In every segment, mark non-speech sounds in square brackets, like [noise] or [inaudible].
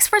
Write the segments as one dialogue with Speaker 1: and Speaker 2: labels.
Speaker 1: for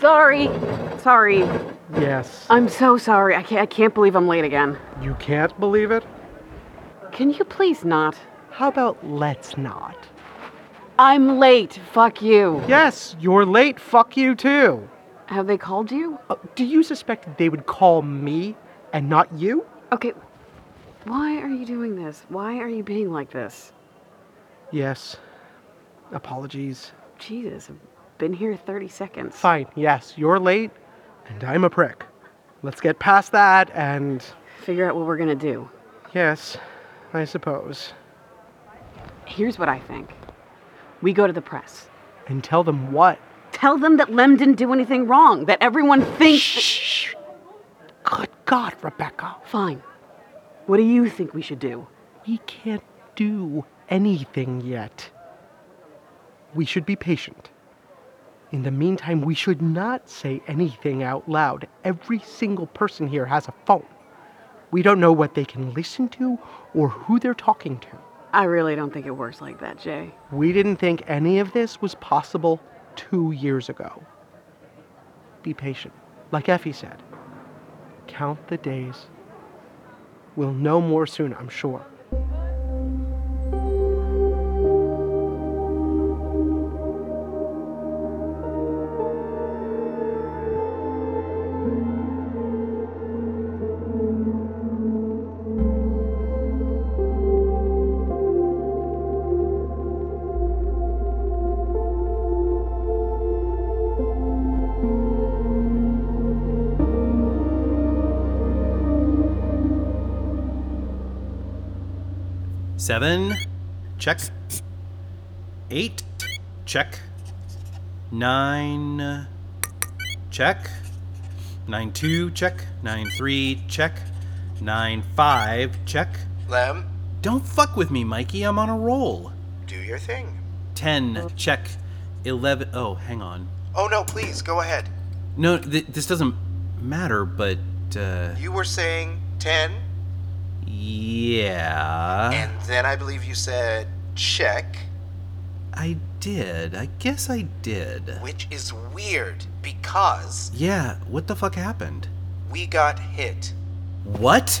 Speaker 2: Sorry. Sorry.
Speaker 3: Yes.
Speaker 2: I'm so sorry. I can't, I can't believe I'm late again.
Speaker 3: You can't believe it?
Speaker 2: Can you please not?
Speaker 3: How about let's not?
Speaker 2: I'm late. Fuck you.
Speaker 3: Yes, you're late. Fuck you too.
Speaker 2: Have they called you?
Speaker 3: Uh, do you suspect that they would call me and not you?
Speaker 2: Okay. Why are you doing this? Why are you being like this?
Speaker 3: Yes. Apologies.
Speaker 2: Jesus, been here 30 seconds.
Speaker 3: Fine, yes, you're late, and I'm a prick. Let's get past that and.
Speaker 2: Figure out what we're gonna do.
Speaker 3: Yes, I suppose.
Speaker 2: Here's what I think we go to the press.
Speaker 3: And tell them what?
Speaker 2: Tell them that Lem didn't do anything wrong, that everyone thinks.
Speaker 3: Shh! That... Good God, Rebecca.
Speaker 2: Fine. What do you think we should do?
Speaker 3: We can't do anything yet. We should be patient. In the meantime, we should not say anything out loud. Every single person here has a phone. We don't know what they can listen to or who they're talking to.
Speaker 2: I really don't think it works like that, Jay.
Speaker 3: We didn't think any of this was possible two years ago. Be patient. Like Effie said, count the days. We'll know more soon, I'm sure.
Speaker 4: Seven, check. Eight, check. Nine, check. Nine two, check. Nine three, check. Nine five, check.
Speaker 5: Lem?
Speaker 4: Don't fuck with me, Mikey. I'm on a roll.
Speaker 5: Do your thing.
Speaker 4: Ten, check. Eleven. Oh, hang on.
Speaker 5: Oh no, please, go ahead.
Speaker 4: No, th- this doesn't matter, but. Uh...
Speaker 5: You were saying ten?
Speaker 4: Yeah.
Speaker 5: And then I believe you said check.
Speaker 4: I did. I guess I did.
Speaker 5: Which is weird because.
Speaker 4: Yeah, what the fuck happened?
Speaker 5: We got hit.
Speaker 4: What?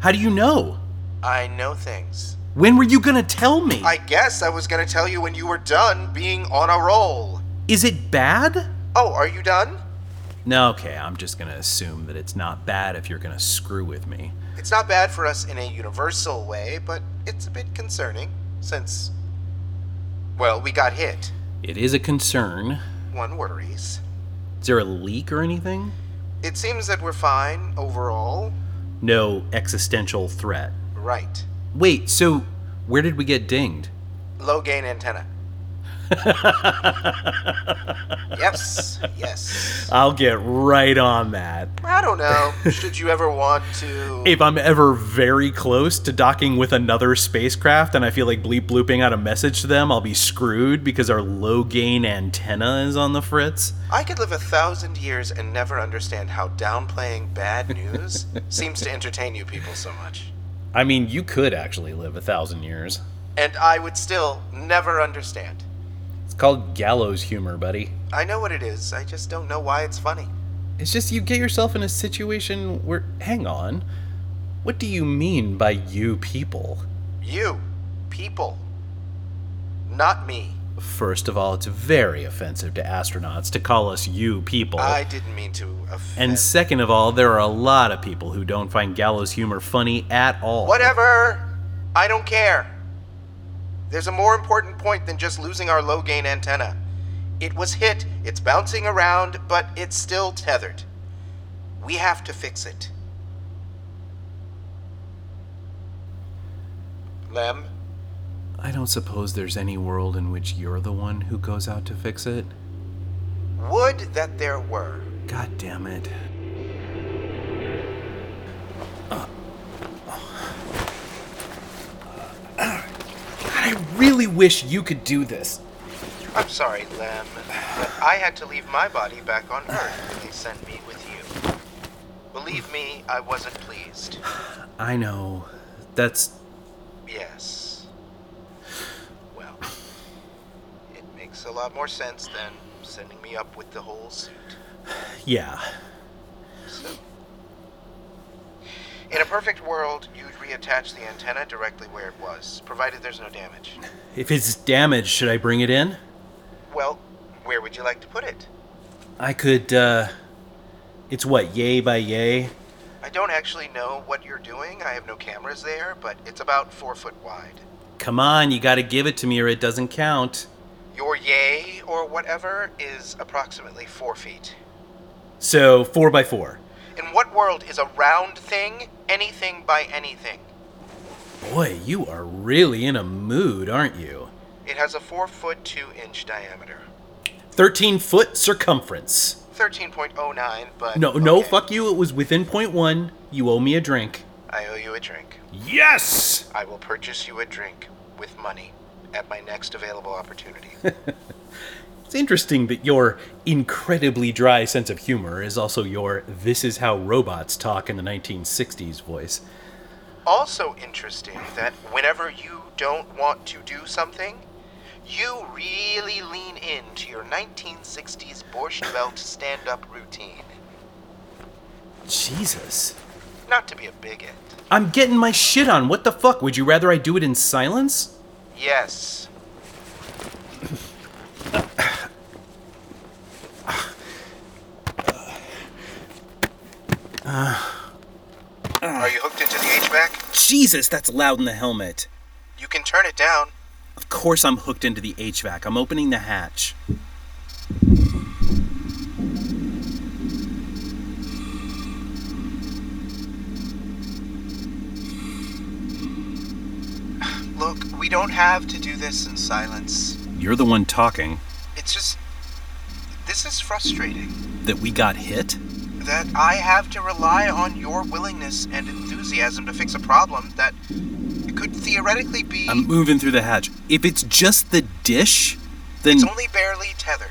Speaker 4: How do you know?
Speaker 5: I know things.
Speaker 4: When were you gonna tell me?
Speaker 5: I guess I was gonna tell you when you were done being on a roll.
Speaker 4: Is it bad?
Speaker 5: Oh, are you done?
Speaker 4: No, okay, I'm just gonna assume that it's not bad if you're gonna screw with me.
Speaker 5: It's not bad for us in a universal way, but it's a bit concerning since, well, we got hit.
Speaker 4: It is a concern.
Speaker 5: One worries.
Speaker 4: Is there a leak or anything?
Speaker 5: It seems that we're fine overall.
Speaker 4: No existential threat.
Speaker 5: Right.
Speaker 4: Wait, so where did we get dinged? [laughs]
Speaker 5: Low gain antenna. yes, yes.
Speaker 4: I'll get right on that.
Speaker 5: I don't know. Should you ever want to?
Speaker 4: [laughs] If I'm ever very close to docking with another spacecraft and I feel like bleep blooping out a message to them, I'll be screwed because our low gain antenna is on the fritz.
Speaker 5: I could live a thousand years and never understand how downplaying bad news seems to entertain you people so much.
Speaker 4: I mean, you could actually live a thousand years.
Speaker 5: And I would still never understand.
Speaker 4: It's called gallows humor, buddy.
Speaker 5: I know what it is, I just don't know why it's funny.
Speaker 4: It's just you get yourself in a situation where. Hang on. What do you mean by you people?
Speaker 5: You, people, not me.
Speaker 4: First of all, it's very offensive to astronauts to call us you people.
Speaker 5: I didn't mean to offend.
Speaker 4: And second of all, there are a lot of people who don't find gallows humor funny at all.
Speaker 5: Whatever! I don't care. There's a more important point than just losing our low gain antenna. It was hit, it's bouncing around, but it's still tethered. We have to fix it. Lem?
Speaker 4: I don't suppose there's any world in which you're the one who goes out to fix it.
Speaker 5: Would that there were.
Speaker 4: God damn it. I really wish you could do this.
Speaker 5: I'm sorry, Lem, but I had to leave my body back on Earth when they sent me with you. Believe me, I wasn't pleased.
Speaker 4: I know. That's.
Speaker 5: Yes. Well, it makes a lot more sense than sending me up with the whole suit.
Speaker 4: Yeah.
Speaker 5: So, in a perfect world, you'd reattach the antenna directly where it was, provided there's no damage.
Speaker 4: If it's damaged, should I bring it in?
Speaker 5: Well, where would you like to put it?
Speaker 4: I could, uh. It's what, yay by yay?
Speaker 5: I don't actually know what you're doing. I have no cameras there, but it's about four foot wide.
Speaker 4: Come on, you gotta give it to me or it doesn't count.
Speaker 5: Your yay or whatever is approximately four feet.
Speaker 4: So, four by four.
Speaker 5: In what world is a round thing anything by anything?
Speaker 4: Boy, you are really in a mood, aren't you?
Speaker 5: It has a 4 foot 2 inch diameter,
Speaker 4: 13 foot circumference.
Speaker 5: 13.09, but.
Speaker 4: No, no,
Speaker 5: okay,
Speaker 4: fuck you. It was within point one. You owe me a drink.
Speaker 5: I owe you a drink.
Speaker 4: Yes!
Speaker 5: I will purchase you a drink with money at my next available opportunity.
Speaker 4: [laughs] It's interesting that your incredibly dry sense of humor is also your this is how robots talk in the 1960s voice.
Speaker 5: also interesting that whenever you don't want to do something, you really lean into your 1960s Borscht Belt stand up routine.
Speaker 4: Jesus.
Speaker 5: Not to be a bigot.
Speaker 4: I'm getting my shit on. What the fuck? Would you rather I do it in silence?
Speaker 5: Yes, Are you hooked into the HVAC?
Speaker 4: Jesus, that's loud in the helmet.
Speaker 5: You can turn it down.
Speaker 4: Of course I'm hooked into the HVAC. I'm opening the hatch.
Speaker 5: Look, we don't have to do this in silence.
Speaker 4: You're the one talking.
Speaker 5: It's just. This is frustrating.
Speaker 4: That we got hit?
Speaker 5: That I have to rely on your willingness and enthusiasm to fix a problem that could theoretically be.
Speaker 4: I'm moving through the hatch. If it's just the dish, then.
Speaker 5: It's only barely tethered.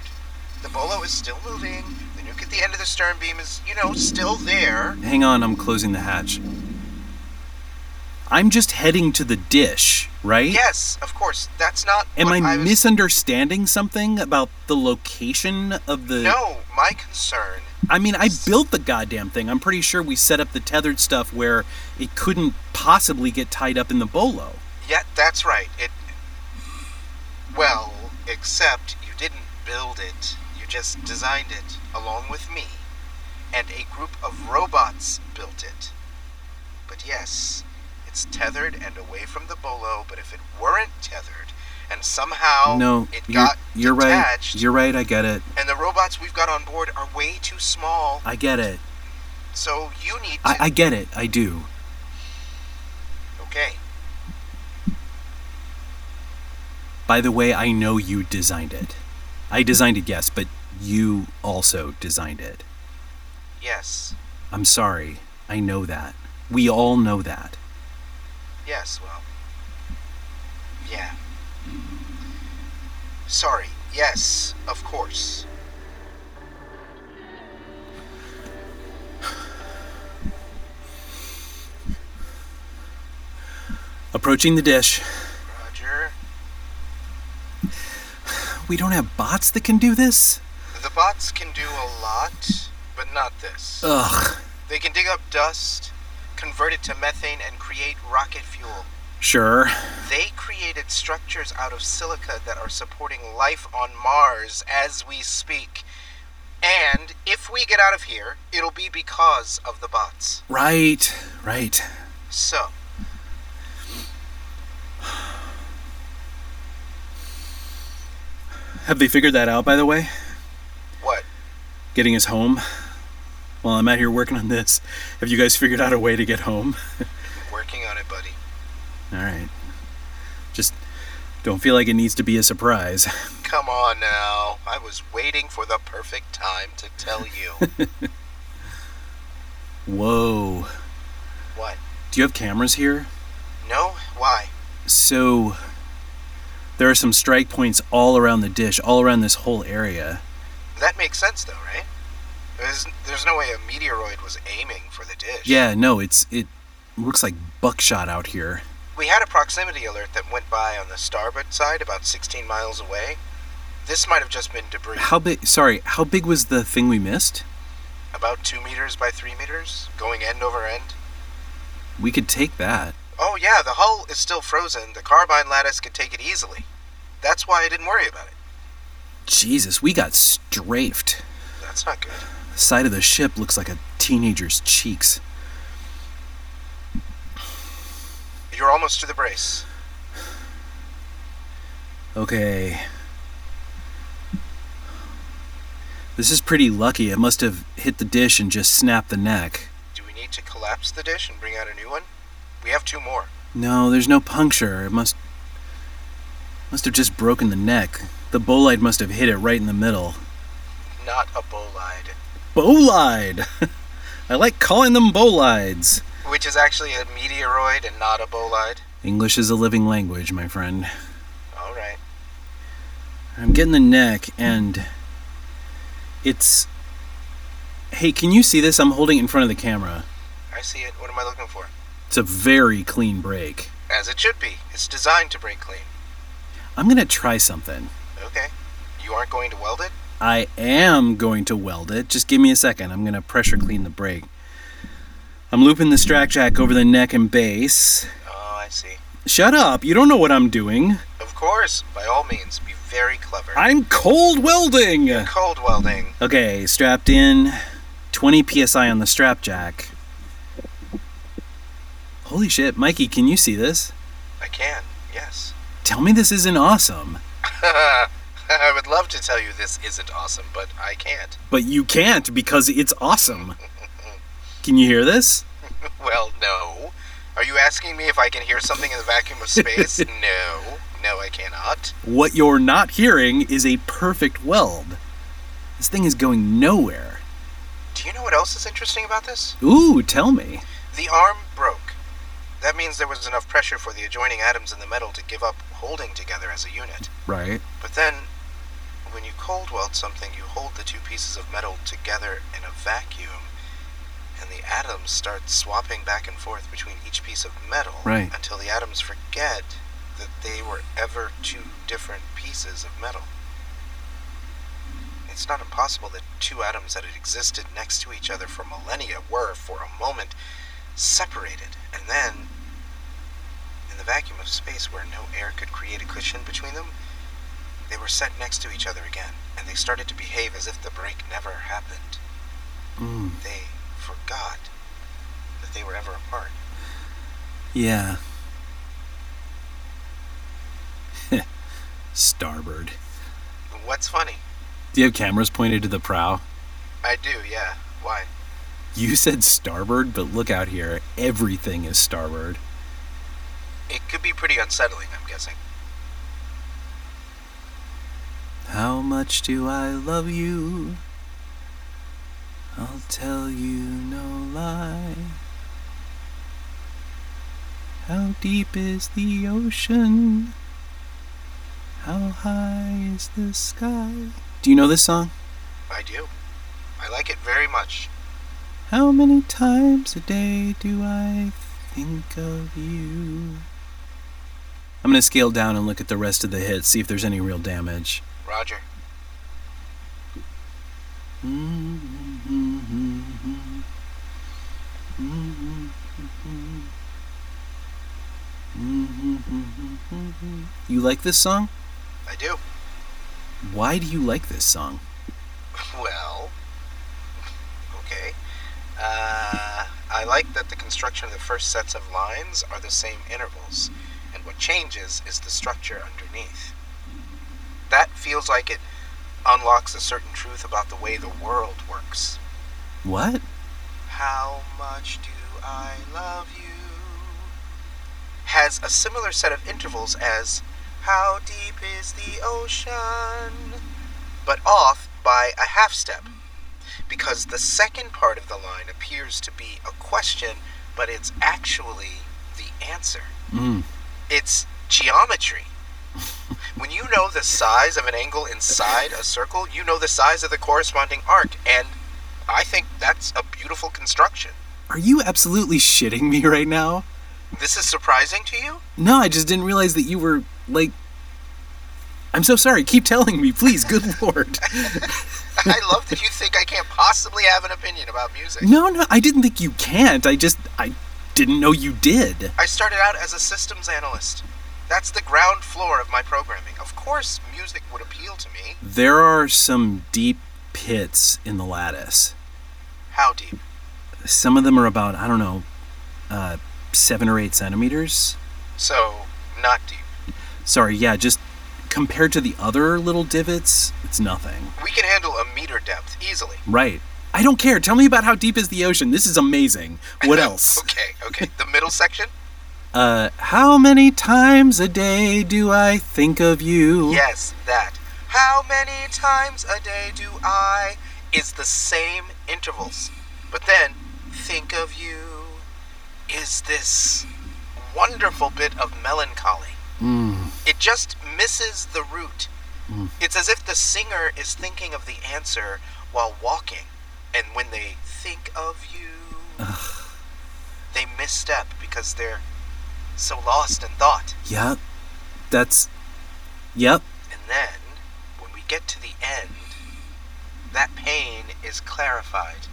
Speaker 5: The bolo is still moving. The nuke at the end of the stern beam is, you know, still there.
Speaker 4: Hang on, I'm closing the hatch. I'm just heading to the dish, right?
Speaker 5: Yes, of course. That's not.
Speaker 4: Am
Speaker 5: what
Speaker 4: I,
Speaker 5: was-
Speaker 4: misunderstanding something about the location of the.
Speaker 5: No, my concern.
Speaker 4: I mean, I built the goddamn thing. I'm pretty sure we set up the tethered stuff where it couldn't possibly get tied up in the bolo.
Speaker 5: Yeah, that's right. It. Well, except you didn't build it. You just designed it along with me, and a group of robots built it. But yes, it's tethered and away from the bolo. But if it weren't tethered, and somehow
Speaker 4: no,
Speaker 5: it
Speaker 4: you're,
Speaker 5: got
Speaker 4: you're right.
Speaker 5: detached,
Speaker 4: You're right. I get it.
Speaker 5: and the robots we've got on board are way too small,
Speaker 4: I get it.
Speaker 5: so you need to.
Speaker 4: I, I get it. I do.
Speaker 5: Okay.
Speaker 4: By the way, I know you designed it. I designed it, yes, but you also designed it.
Speaker 5: Yes,
Speaker 4: I'm sorry. I know that. We all know that.
Speaker 5: yes, well. Yeah. Sorry, yes, of course.
Speaker 4: Approaching the dish.
Speaker 5: Roger.
Speaker 4: We don't have bots that can do this?
Speaker 5: The bots can do a lot, but not this.
Speaker 4: Ugh.
Speaker 5: They can dig up dust, convert it to methane, and create rocket fuel.
Speaker 4: Sure.
Speaker 5: They created structures out of silica that are supporting life on Mars as we speak. And if we get out of here, it'll be because of the bots.
Speaker 4: Right, right.
Speaker 5: So,
Speaker 4: Have they figured that out, by the way?
Speaker 5: What?
Speaker 4: Getting us home? While I'm out here working on this, have you guys figured out a way to get home?
Speaker 5: working on it, buddy.
Speaker 4: All right. Just don't feel like it needs to be a surprise.
Speaker 5: Come on now. I was waiting for the perfect time to
Speaker 4: [laughs]
Speaker 5: tell you.
Speaker 4: Whoa.
Speaker 5: what?
Speaker 4: Do you have cameras here?
Speaker 5: No? Why?
Speaker 4: So, there are some strike points all around the dish, all around this whole area.
Speaker 5: That makes sense, though, right? There's, there's no way a meteoroid was aiming for the dish.
Speaker 4: Yeah, no, it's it looks like buckshot out here.
Speaker 5: We had a proximity alert that went by on the starboard side about 16 miles away. This might have just been debris.
Speaker 4: How big? Sorry, how big was the thing we missed?
Speaker 5: About 2 meters by 3 meters, going end over end.
Speaker 4: We could take that.
Speaker 5: Oh, yeah, the hull is still frozen. The carbine lattice could take it easily. That's why I didn't worry about it.
Speaker 4: Jesus, we got strafed.
Speaker 5: That's not good.
Speaker 4: The side of the ship looks like a teenager's cheeks.
Speaker 5: You're almost to the brace.
Speaker 4: Okay. This is pretty lucky. It must have hit the dish and just snapped the neck.
Speaker 5: Do we need to collapse the dish and bring out a new one? We have two more.
Speaker 4: No, there's no puncture. It must must have just broken the neck. The bolide must have hit it right in the middle.
Speaker 5: Not a bolide,
Speaker 4: Bolide. [laughs] I like calling them bolides.
Speaker 5: which is actually a meteoroid and not a bolide.
Speaker 4: English is a living language, my friend.
Speaker 5: All right.
Speaker 4: I'm getting the neck and it's Hey, can you see this? I'm holding it in front of the camera.
Speaker 5: I see it. What am I looking for?
Speaker 4: It's a very clean break.
Speaker 5: As it should be. It's designed to break clean.
Speaker 4: I'm going to try something.
Speaker 5: Okay. You aren't going to weld it?
Speaker 4: I am going to weld it. Just give me a second. I'm going to pressure clean the brake. I'm looping the strack jack over the neck and base.
Speaker 5: Oh, I see.
Speaker 4: Shut up. You don't know what I'm doing.
Speaker 5: Of course. By all means, be very clever.
Speaker 4: I'm cold welding.
Speaker 5: Cold welding.
Speaker 4: Okay, strapped in. 20 psi on the strap jack. Holy shit, Mikey, can you see this?
Speaker 5: I can, yes.
Speaker 4: Tell me this isn't awesome.
Speaker 5: [laughs] I would love to tell you this isn't awesome, but I can't.
Speaker 4: But you can't because it's
Speaker 5: [laughs]
Speaker 4: awesome. Can you hear this?
Speaker 5: Well, no. Are you asking me if I can hear something in the vacuum of
Speaker 4: [laughs]
Speaker 5: space? no. No, I cannot.
Speaker 4: What you're not hearing is a perfect weld. This thing is going nowhere.
Speaker 5: Do you know what else is interesting about this?
Speaker 4: Ooh, tell me.
Speaker 5: The arm broke. That means there was enough pressure for the adjoining atoms in the metal to give up holding together as a unit.
Speaker 4: Right.
Speaker 5: But then, when you cold weld something, you hold the two pieces of metal together in a vacuum, and the atoms start swapping back and forth between each piece of metal
Speaker 4: Right.
Speaker 5: until the atoms forget that they were ever two different pieces of metal. It's not impossible that two atoms that had existed next to each other for millennia were, for a moment, separated, and then, in the vacuum of space where no air could create a cushion between them, they were set next to each other again, and they started to behave as if the break never happened.
Speaker 4: Mm,
Speaker 5: They forgot that they were ever apart.
Speaker 4: yeah. Starboard.
Speaker 5: What's funny?
Speaker 4: Do you have cameras pointed to the prow?
Speaker 5: I do, yeah. Why?
Speaker 4: You said starboard, but look out here. Everything is starboard.
Speaker 5: It could be pretty unsettling, I'm guessing.
Speaker 4: How much do I love you? I'll tell you no lie. How deep is the ocean? How high is the sky? Do you know this song?
Speaker 5: I do. I like it very much.
Speaker 4: How many times a day do I think of you? I'm gonna scale down and look at the rest of the hits, see if there's any real damage.
Speaker 5: Roger.
Speaker 4: You like this song?
Speaker 5: I do.
Speaker 4: Why do you like this song?
Speaker 5: Well, okay. Uh, I like that the construction of the first sets of lines are the same intervals, and what changes is the structure underneath. That feels like it unlocks a certain truth about the way the world works.
Speaker 4: What?
Speaker 5: How much do I love you? Has a similar set of intervals as How deep is the ocean? But off by a half step because the second part of the line appears to be a question, but it's actually the answer.
Speaker 4: Mm.
Speaker 5: It's geometry. when you know the size of an angle inside a circle, you know the size of the corresponding arc, and I think that's a beautiful construction.
Speaker 4: Are you absolutely shitting me right now?
Speaker 5: This is surprising to you?
Speaker 4: No, I just didn't realize that you were, like. I'm so sorry. Keep telling me, please.
Speaker 5: [laughs]
Speaker 4: Good lord.
Speaker 5: I love that you think I can't possibly have an opinion about music.
Speaker 4: No, no, I didn't think you can't. I just I didn't know you did.
Speaker 5: I started out as a systems analyst. That's the ground floor of my programming. Of course, music would appeal to me.
Speaker 4: There are some deep pits in the lattice.
Speaker 5: How deep?
Speaker 4: Some of them are about I don't know, uh, seven or eight centimeters.
Speaker 5: So not deep.
Speaker 4: Sorry, yeah, just compared to the other little divots, it's nothing.
Speaker 5: We can handle a meter depth easily.
Speaker 4: Right. I don't care. Tell me about how deep is the ocean. This is amazing. [laughs] What else?
Speaker 5: okay, okay. The middle section?
Speaker 4: Uh, how many times a day do I think of you?
Speaker 5: Yes, that. How many times a day do I is the same intervals. But then, think of you is this wonderful bit of melancholy.
Speaker 4: Mm.
Speaker 5: It just misses the root.
Speaker 4: Mm.
Speaker 5: It's as if the singer is thinking of the answer while walking, and when they think of you,
Speaker 4: Ugh.
Speaker 5: they misstep because they're so lost in thought.
Speaker 4: Yep. That's. Yep.
Speaker 5: And then, when we get to the end, that pain is clarified.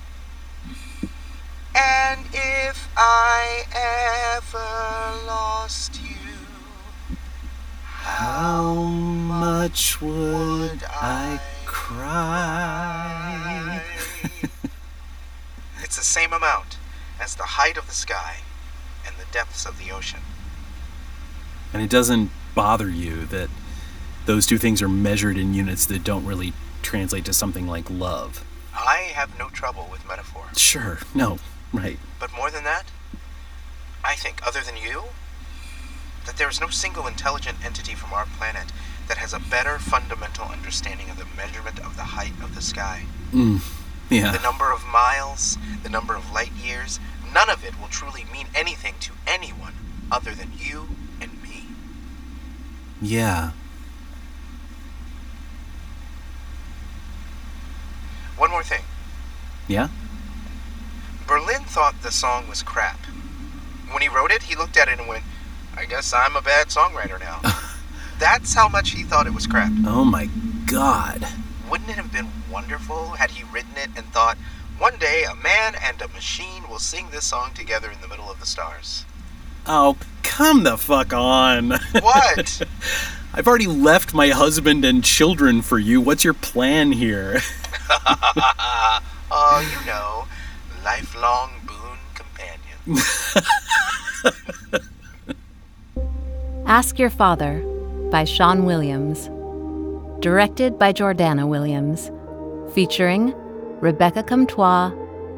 Speaker 5: And if I ever lost you,
Speaker 4: How much would I cry? [laughs]
Speaker 5: It's the same amount as the height of the sky and the depths of the ocean.
Speaker 4: And it doesn't bother you that those two things are measured in units that don't really translate to something like love.
Speaker 5: I have no trouble with metaphor.
Speaker 4: Sure, no, right.
Speaker 5: But more than that, I think, other than you, that there is no single intelligent entity from our planet that has a better fundamental understanding of the measurement of the height of the sky.
Speaker 4: Mm. Yeah.
Speaker 5: The number of miles, the number of light years, none of it will truly mean anything to anyone other than you and me.
Speaker 4: Yeah.
Speaker 5: One more thing
Speaker 4: Yeah?
Speaker 5: Berlin thought the song was crap. When he wrote it, he looked at it and went, I guess I'm a bad songwriter now. That's how much he thought it was crap.
Speaker 4: Oh my god.
Speaker 5: Wouldn't it have been wonderful had he written it and thought, one day a man and a machine will sing this song together in the middle of the stars?
Speaker 4: Oh, come the fuck on.
Speaker 5: What?
Speaker 4: [laughs] I've already left my husband and children for you. What's your plan here? [laughs]
Speaker 5: Oh, you know, lifelong boon companion.
Speaker 6: Ask Your Father by Sean Williams. Directed by Jordana Williams. Featuring Rebecca Comtois,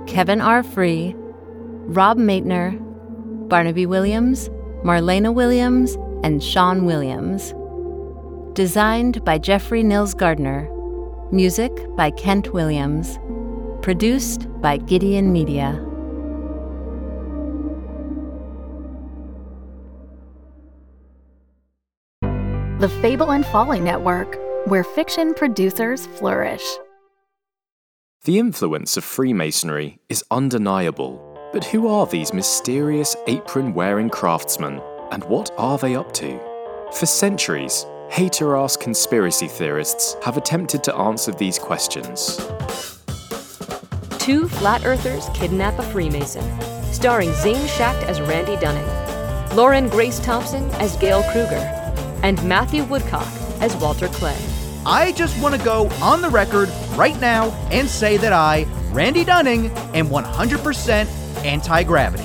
Speaker 6: Kevin R. Free, Rob Maitner, Barnaby Williams, Marlena Williams, and Sean Williams. Designed by Jeffrey Nils Gardner. Music by Kent Williams. Produced by Gideon Media.
Speaker 1: The Fable and Folly Network, where fiction producers flourish.
Speaker 5: The influence of Freemasonry is undeniable, but who are these mysterious apron wearing craftsmen, and what are they up to? For centuries, hater ass conspiracy theorists have attempted to answer these questions.
Speaker 7: Two flat earthers kidnap a Freemason, starring Zane Schacht as Randy Dunning, Lauren Grace Thompson as Gail Kruger, and Matthew Woodcock as Walter Clay.
Speaker 4: I just want to go on the record right now and say that I, Randy Dunning, am 100% anti gravity.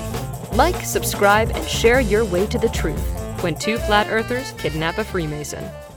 Speaker 7: Like, subscribe, and share your way to the truth when two flat earthers kidnap a Freemason.